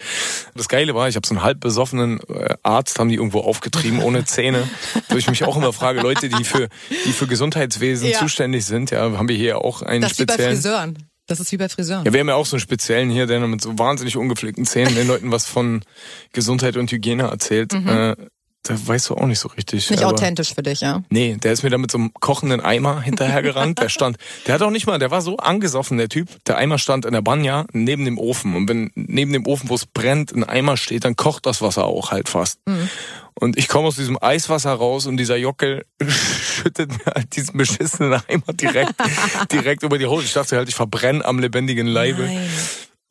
Das Geile war, ich habe so einen halb besoffenen äh, Arzt, haben die irgendwo aufgetrieben, ohne Zähne. Wo ich mich auch immer frage, Leute, die für, die für Gesundheitswesen Ja. zuständig sind, ja, haben wir hier auch einen Das ist wie bei speziellen. Friseuren. Das ist wie bei Friseuren. Ja, wir haben ja auch so einen speziellen hier, der mit so wahnsinnig ungepflegten Zähnen den Leuten was von Gesundheit und Hygiene erzählt. Äh, da weißt du auch nicht so richtig. Mhm. Nicht aber- authentisch für dich, ja. Nee, der ist mir da mit so einem kochenden Eimer hinterhergerannt. Der stand, der hat auch nicht mal, der war so angesoffen, der Typ. Der Eimer stand in der Banja neben dem Ofen. Und wenn neben dem Ofen, wo es brennt, ein Eimer steht, dann kocht das Wasser auch halt fast. Mhm. Und ich komme aus diesem Eiswasser raus und dieser Jockel schüttet mir halt diesen beschissenen Eimer direkt, direkt über die Hose. Ich dachte halt, ich verbrenne am lebendigen Leibe. Nein.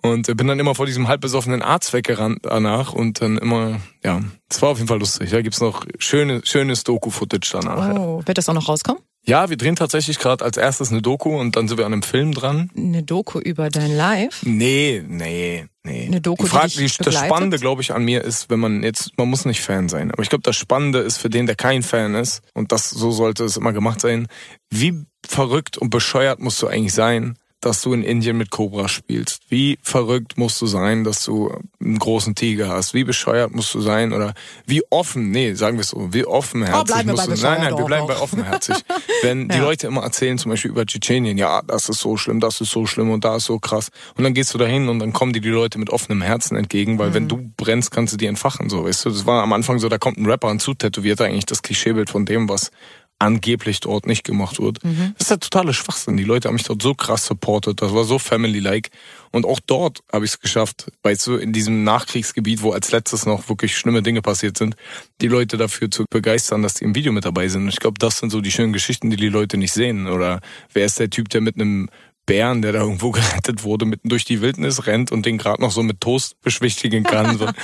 Und äh, bin dann immer vor diesem halbbesoffenen Arzt weggerannt danach und dann immer, ja, es war auf jeden Fall lustig. Da gibt's noch schöne, schönes Doku-Footage danach. Ja. Oh, wird das auch noch rauskommen? ja, wir drehen tatsächlich gerade als erstes eine Doku und dann sind wir an einem Film dran. Eine Doku über dein Live. Nee, nee, nee. Eine Doku, die Frage, die dich das begleitet? Spannende, glaube ich, an mir ist, wenn man jetzt, man muss nicht Fan sein, aber ich glaube, das Spannende ist für den, der kein Fan ist, und das so sollte es immer gemacht sein, wie verrückt und bescheuert musst du eigentlich sein, dass du in Indien mit Cobra spielst? Wie verrückt musst du sein, dass du einen großen Tiger hast? Wie bescheuert musst du sein? Oder wie offen, nee, sagen wir es so, wie offenherzig Oh, bleiben wir musst bei du Nein, nein, wir bescheuert bleiben auch bei noch. offenherzig. Wenn die Ja. Leute immer erzählen, zum Beispiel über Tschetschenien, ja, das ist so schlimm, das ist so schlimm und da ist so krass. Und dann gehst du dahin und dann kommen dir die Leute mit offenem Herzen entgegen, weil Mhm. wenn du brennst, kannst du die entfachen, so, weißt du. Das war am Anfang so, da kommt ein Rapper und zutätowiert eigentlich das Klischeebild von dem, was angeblich dort nicht gemacht wird. Mhm. Das ist der totale Schwachsinn. Die Leute haben mich dort so krass supportet. Das war so family-like. Und auch dort habe ich es geschafft, weißt du, in diesem Nachkriegsgebiet, wo als letztes noch wirklich schlimme Dinge passiert sind, die Leute dafür zu begeistern, dass die im Video mit dabei sind. Und ich glaube, das sind so die schönen Geschichten, die die Leute nicht sehen. Oder wer ist der Typ, der mit einem Bären, der da irgendwo gerettet wurde, mitten durch die Wildnis rennt und den gerade noch so mit Toast beschwichtigen kann.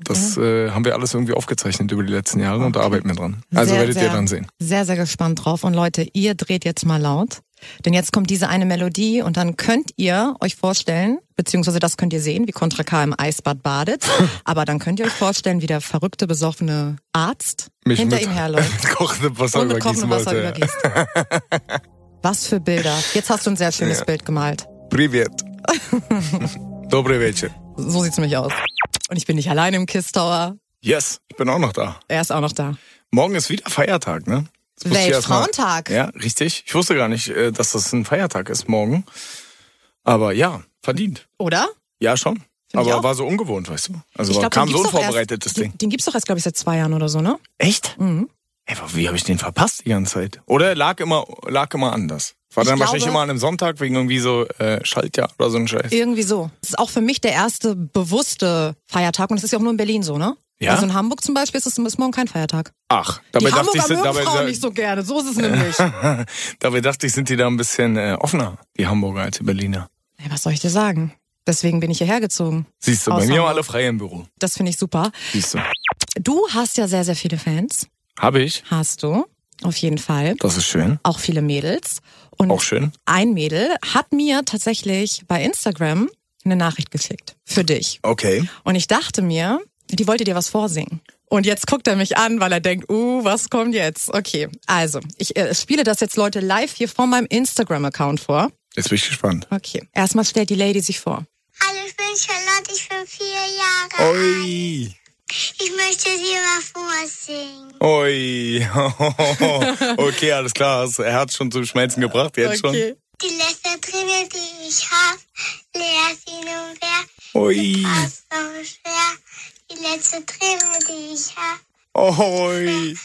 So. Das äh, haben wir alles irgendwie aufgezeichnet über die letzten Jahre und da arbeiten wir dran. Also Sehr, werdet sehr, ihr dann sehen. Sehr, sehr gespannt drauf. Und Leute, ihr dreht jetzt mal laut. Denn jetzt kommt diese eine Melodie und dann könnt ihr euch vorstellen, beziehungsweise das könnt ihr sehen, wie Contra K im Eisbad badet. Aber dann könnt ihr euch vorstellen, wie der verrückte, besoffene Arzt hinter ihm herläuft. mit kochendem Wasser und mit übergießen kochendem Wasser wollte. übergießt. Was für Bilder. Jetzt hast du ein sehr schönes Bild gemalt. Privet. Dobre Вечер. So sieht's nämlich aus. Und ich bin nicht allein im Kiss Tower. Yes, ich bin auch noch da. Er ist auch noch da. Morgen ist wieder Feiertag, ne? Das wusste ich erst mal. Weltfrauentag. Ja, richtig. Ich wusste gar nicht, äh, dass das ein Feiertag ist morgen. Aber ja, verdient. Oder? Ja, schon. ich Aber auch. war so ungewohnt, weißt du? Also glaub, kam den so gibt's doch unvorbereitet, das erst, den- Ding. Den gibt's doch erst, glaube ich, seit zwei Jahren oder so, ne? Echt? Mhm. Ey, aber wie habe ich den verpasst die ganze Zeit? Oder lag immer, lag immer anders? War Ich dann wahrscheinlich glaube- immer an einem Sonntag wegen irgendwie so äh, Schaltjahr oder so ein Scheiß. Irgendwie so. Das ist auch für mich der erste bewusste Feiertag und es ist ja auch nur in Berlin so, ne? Ja? Also in Hamburg zum Beispiel ist es ist morgen kein Feiertag. Ach, Die dabei dachte ich, Hamburger sind- mögen dabei, Frauen nicht so gerne. So ist es nämlich. Dabei dachte ich, sind die da ein bisschen äh, offener, die Hamburger als die Berliner. Ey, was soll ich dir sagen? Deswegen bin ich hierher gezogen. Siehst du, bei Aus mir haben Hamburg. alle frei im Büro. Das finde ich super. Siehst du. Du hast ja sehr, sehr viele Fans. Hab ich. Hast du. Auf jeden Fall. Das ist schön. Auch viele Mädels. Und Auch schön. ein Mädel hat mir tatsächlich bei Instagram eine Nachricht geschickt. Für dich. Okay. Und ich dachte mir, die wollte dir was vorsingen. Und jetzt guckt er mich an, weil er denkt, uh, was kommt jetzt? Okay, also, ich äh, spiele das jetzt Leute live hier vor meinem Instagram-Account vor. Jetzt bin ich gespannt. Okay, erstmal stellt die Lady sich vor. Hallo, ich bin Charlotte, ich bin vier Jahre alt. Ui. Ich möchte dir mal vorsingen. Ui. Okay, alles klar. Er hat schon zum Schmelzen gebracht, jetzt Okay. Die letzte Träne, die ich hab, leer sie nun wer, schon. Ui. war so schwer. Die letzte Träne, die ich hab, Ui.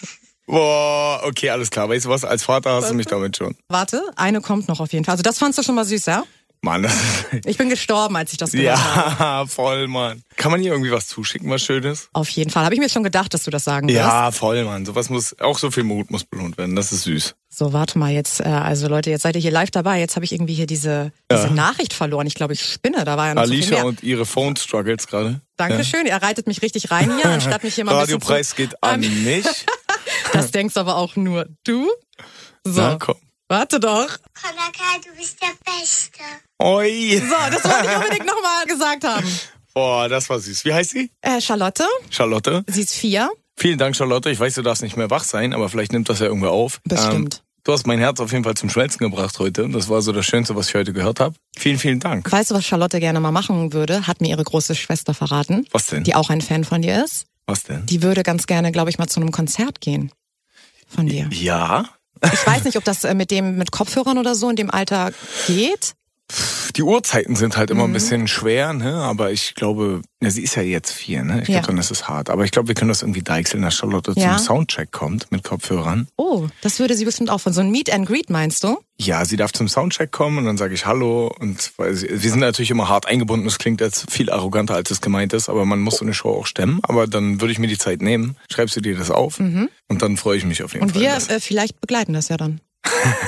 Boah, okay, alles klar. Weißt du was? Als Vater hast du mich damit schon. Warte, eine kommt noch auf jeden Fall. Also das fandst du schon mal süß, ja? Mann, das ist. Ich bin gestorben, als ich das gehört habe. Ja, voll, Mann. Kann man hier irgendwie was zuschicken, was Schönes? Auf jeden Fall. Habe ich mir schon gedacht, dass du das sagen wirst. Ja, voll, Mann. Sowas muss, auch so viel Mut muss belohnt werden. Das ist süß. So, warte mal jetzt. äh, Also Leute, jetzt seid ihr hier live dabei. Jetzt habe ich irgendwie hier diese, diese Nachricht verloren. Ich glaube, ich spinne. Da war ja noch so viel Alicia mehr. und ihre Phone-Struggles gerade. Dankeschön. Ihr reitet mich richtig rein hier, anstatt mich hier mal ein bisschen Radiopreis zu- geht an Ähm, mich. Das denkst aber auch nur du. So, Na, komm. warte doch. Konaka, du bist der Beste. Oi. So, das wollte ich unbedingt nochmal gesagt haben. Boah, das war süß. Wie heißt sie? Äh, Charlotte, Charlotte. sie ist vier. Vielen Dank, Charlotte. Ich weiß, du darfst nicht mehr wach sein, aber vielleicht nimmt das ja irgendwer auf. Ähm, Bestimmt. du hast mein Herz auf jeden Fall zum Schmelzen gebracht heute. Das war so das Schönste, was ich heute gehört habe. Vielen, vielen Dank. Weißt du, was Charlotte gerne mal machen würde? Hat mir ihre große Schwester verraten. Was denn? Die auch ein Fan von dir ist. Was denn? Die würde ganz gerne, glaube ich, mal zu einem Konzert gehen. Von dir. Ja. Ich weiß nicht, ob das äh, mit dem mit Kopfhörern oder so in dem Alter geht. Die Uhrzeiten sind halt Mhm. immer ein bisschen schwer, ne? Aber ich glaube, na, sie ist ja jetzt vier, ne? Ich Ja. glaube, dann ist es hart. Aber ich glaube, wir können das irgendwie deichseln, dass Charlotte Ja. zum Soundcheck kommt mit Kopfhörern. Oh, das würde sie bestimmt auch von so einem Meet and Greet meinst du? Ja, sie darf zum Soundcheck kommen und dann sage ich Hallo. Und weil sie, wir sind natürlich immer hart eingebunden. Das klingt jetzt viel arroganter, als es gemeint ist, aber man muss so eine Show auch stemmen. Aber dann würde ich mir die Zeit nehmen. Schreibst du dir das auf und dann freue ich mich auf jeden Mhm. Und Fall. wir Das- äh, vielleicht begleiten das ja dann.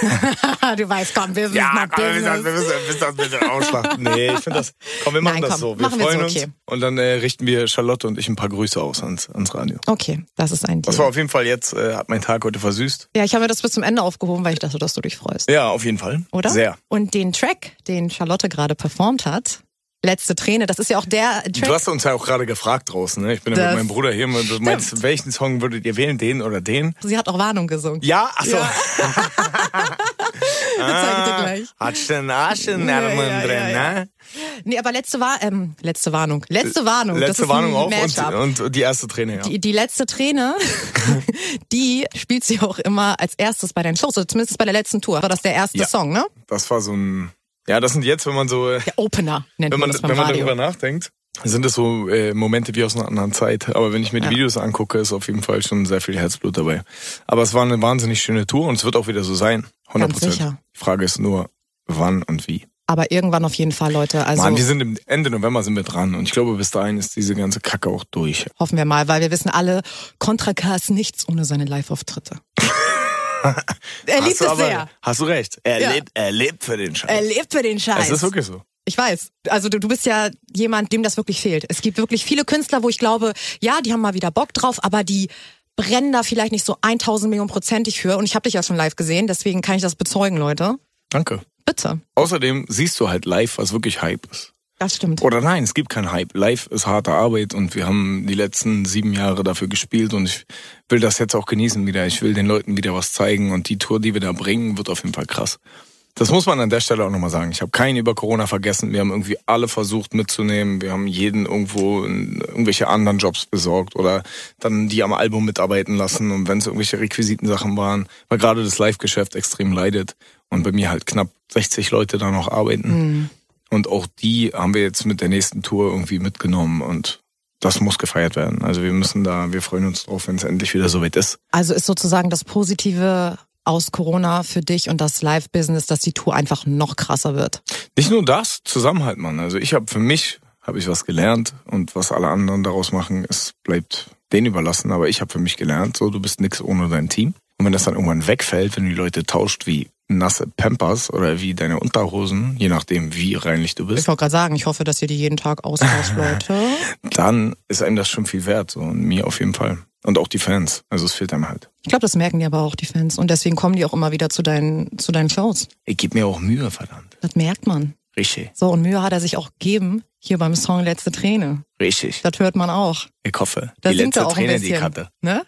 du weißt, komm, wir sind ja, mal komm, wir müssen das, wir Business. müssen, wir müssen das ein bisschen ausschlachten. Nee, ich finde das. Komm, wir machen Nein, das komm, so. Wir machen wir freuen so, okay. uns. Und dann äh, richten wir Charlotte und ich ein paar Grüße aus ans, ans Radio. Okay, das ist ein Das war Deal. auf jeden Fall jetzt, äh, hat mein Tag heute versüßt. Ja, ich habe mir das bis zum Ende aufgehoben, weil ich dachte, dass du dich freust. Ja, auf jeden Fall. Oder? Sehr. Und den Track, den Charlotte gerade performt hat, Letzte Träne, das ist ja auch der Du Track. hast uns ja auch gerade gefragt draußen, ne? Ich bin ja Das mit meinem Bruder hier. Und du meinst, stimmt. welchen Song würdet ihr wählen? Den oder den? Sie hat auch Warnung gesungen. Ja, achso. Ja. Ich zeig dir gleich. Hat schon Arsch in den Ja, Ärmeln ja, drin, ja, ne? Nee, aber letzte war ähm, letzte Warnung. Letzte Warnung. das Äh, Letzte ist Warnung ein auch Mashup. und, und die erste Träne, ja. Die, die letzte Träne, die spielt sie auch immer als erstes bei deinen Shows, oder zumindest bei der letzten Tour. War das der erste Ja. Song, ne? Das war so ein. Ja, das sind jetzt, wenn man so. äh, Der Opener nennt Wenn man, das beim wenn man Radio. darüber nachdenkt, sind das so äh, Momente wie aus einer anderen Zeit. Aber wenn ich mir die Videos angucke, ist auf jeden Fall schon sehr viel Herzblut dabei. Aber es war eine wahnsinnig schöne Tour und es wird auch wieder so sein. 100 Ganz sicher. Die Frage ist nur, wann und wie. Aber irgendwann auf jeden Fall, Leute. Also Mann, wir sind im Ende November sind wir dran und ich glaube, bis dahin ist diese ganze Kacke auch durch. hoffen wir mal, weil wir wissen alle, Contra K ist nichts ohne seine Live-Auftritte. er Hast liebt du es aber- sehr. Hast du recht. Er, Ja. lebt, er lebt für den Scheiß. Er lebt für den Scheiß. Es ist wirklich so. Ich weiß. Also du, du bist ja jemand, dem das wirklich fehlt. Es gibt wirklich viele Künstler, wo ich glaube, ja, die haben mal wieder Bock drauf, aber die brennen da vielleicht nicht so 1000 Millionen prozentig für. Und ich habe dich ja schon live gesehen, deswegen kann ich das bezeugen, Leute. Danke. Bitte. Außerdem siehst du halt live, was wirklich Hype ist. Das stimmt. Oder nein, es gibt keinen Hype. Live ist harte Arbeit und wir haben die letzten sieben Jahre dafür gespielt und ich will das jetzt auch genießen wieder. Ich will den Leuten wieder was zeigen und die Tour, die wir da bringen, wird auf jeden Fall krass. Das muss man an der Stelle auch nochmal sagen. Ich habe keinen über Corona vergessen. Wir haben irgendwie alle versucht mitzunehmen. Wir haben jeden irgendwo in irgendwelche anderen Jobs besorgt oder dann die am Album mitarbeiten lassen. Und wenn es irgendwelche Requisitensachen waren, weil gerade das Live-Geschäft extrem leidet und bei mir halt knapp 60 Leute da noch arbeiten. Und auch die haben wir jetzt mit der nächsten Tour irgendwie mitgenommen und das muss gefeiert werden. Also wir müssen da, wir freuen uns drauf, wenn es endlich wieder soweit ist. Also ist sozusagen das Positive aus Corona für dich und das Live-Business, dass die Tour einfach noch krasser wird. Nicht nur das, Zusammenhalt, Mann. Also ich habe für mich, habe ich was gelernt und was alle anderen daraus machen, es bleibt denen überlassen. Aber ich habe für mich gelernt, so du bist nix ohne dein Team. Und wenn das dann irgendwann wegfällt, wenn du die Leute tauscht wie nasse Pampers oder wie deine Unterhosen, je nachdem wie reinlich du bist. Ich wollte gerade sagen, ich hoffe, dass ihr die jeden Tag austauscht, Leute. dann ist einem das schon viel wert. So. Und mir auf jeden Fall. Und auch die Fans. Also es fehlt einem halt. Ich glaube, das merken die aber auch, die Fans. Und deswegen kommen die auch immer wieder zu deinen, zu deinen Shows. Ich gebe mir auch Mühe, verdammt. Das merkt man. Richtig, So, und Mühe hat er sich auch gegeben, hier beim Song Letzte Träne. richtig. Das hört man auch. Ich hoffe, Da die singt letzte er auch ein Träne, bisschen. die ich hatte. Ne?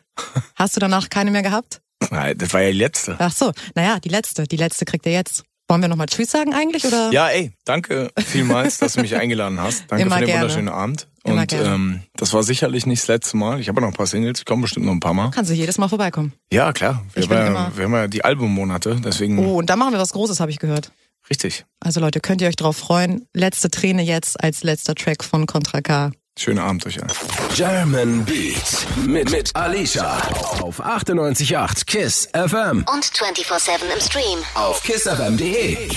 Hast du danach keine mehr gehabt? Nein, das war ja die letzte. Ach so, naja, die letzte. Die letzte kriegt er jetzt. Wollen wir nochmal Tschüss sagen eigentlich? Oder? Ja, ey, danke vielmals, dass du mich eingeladen hast. Danke Immer für den gerne. wunderschönen Abend. Immer und gerne. ähm, das war sicherlich nicht das letzte Mal. Ich habe ja noch ein paar Singles, ich komme bestimmt noch ein paar Mal. Kannst du jedes Mal vorbeikommen. Ja, klar. Wir, Ich bin haben, ja, immer- wir haben ja die Albummonate, deswegen Oh, und da machen wir was Großes, habe ich gehört. richtig. Also Leute, könnt ihr euch drauf freuen. Letzte Träne jetzt als letzter Track von Contra K. Schönen Abend euch allen. German Beat mit, mit Alicia auf 98.8 KISS FM Und 24-7 im Stream. auf kissfm.de.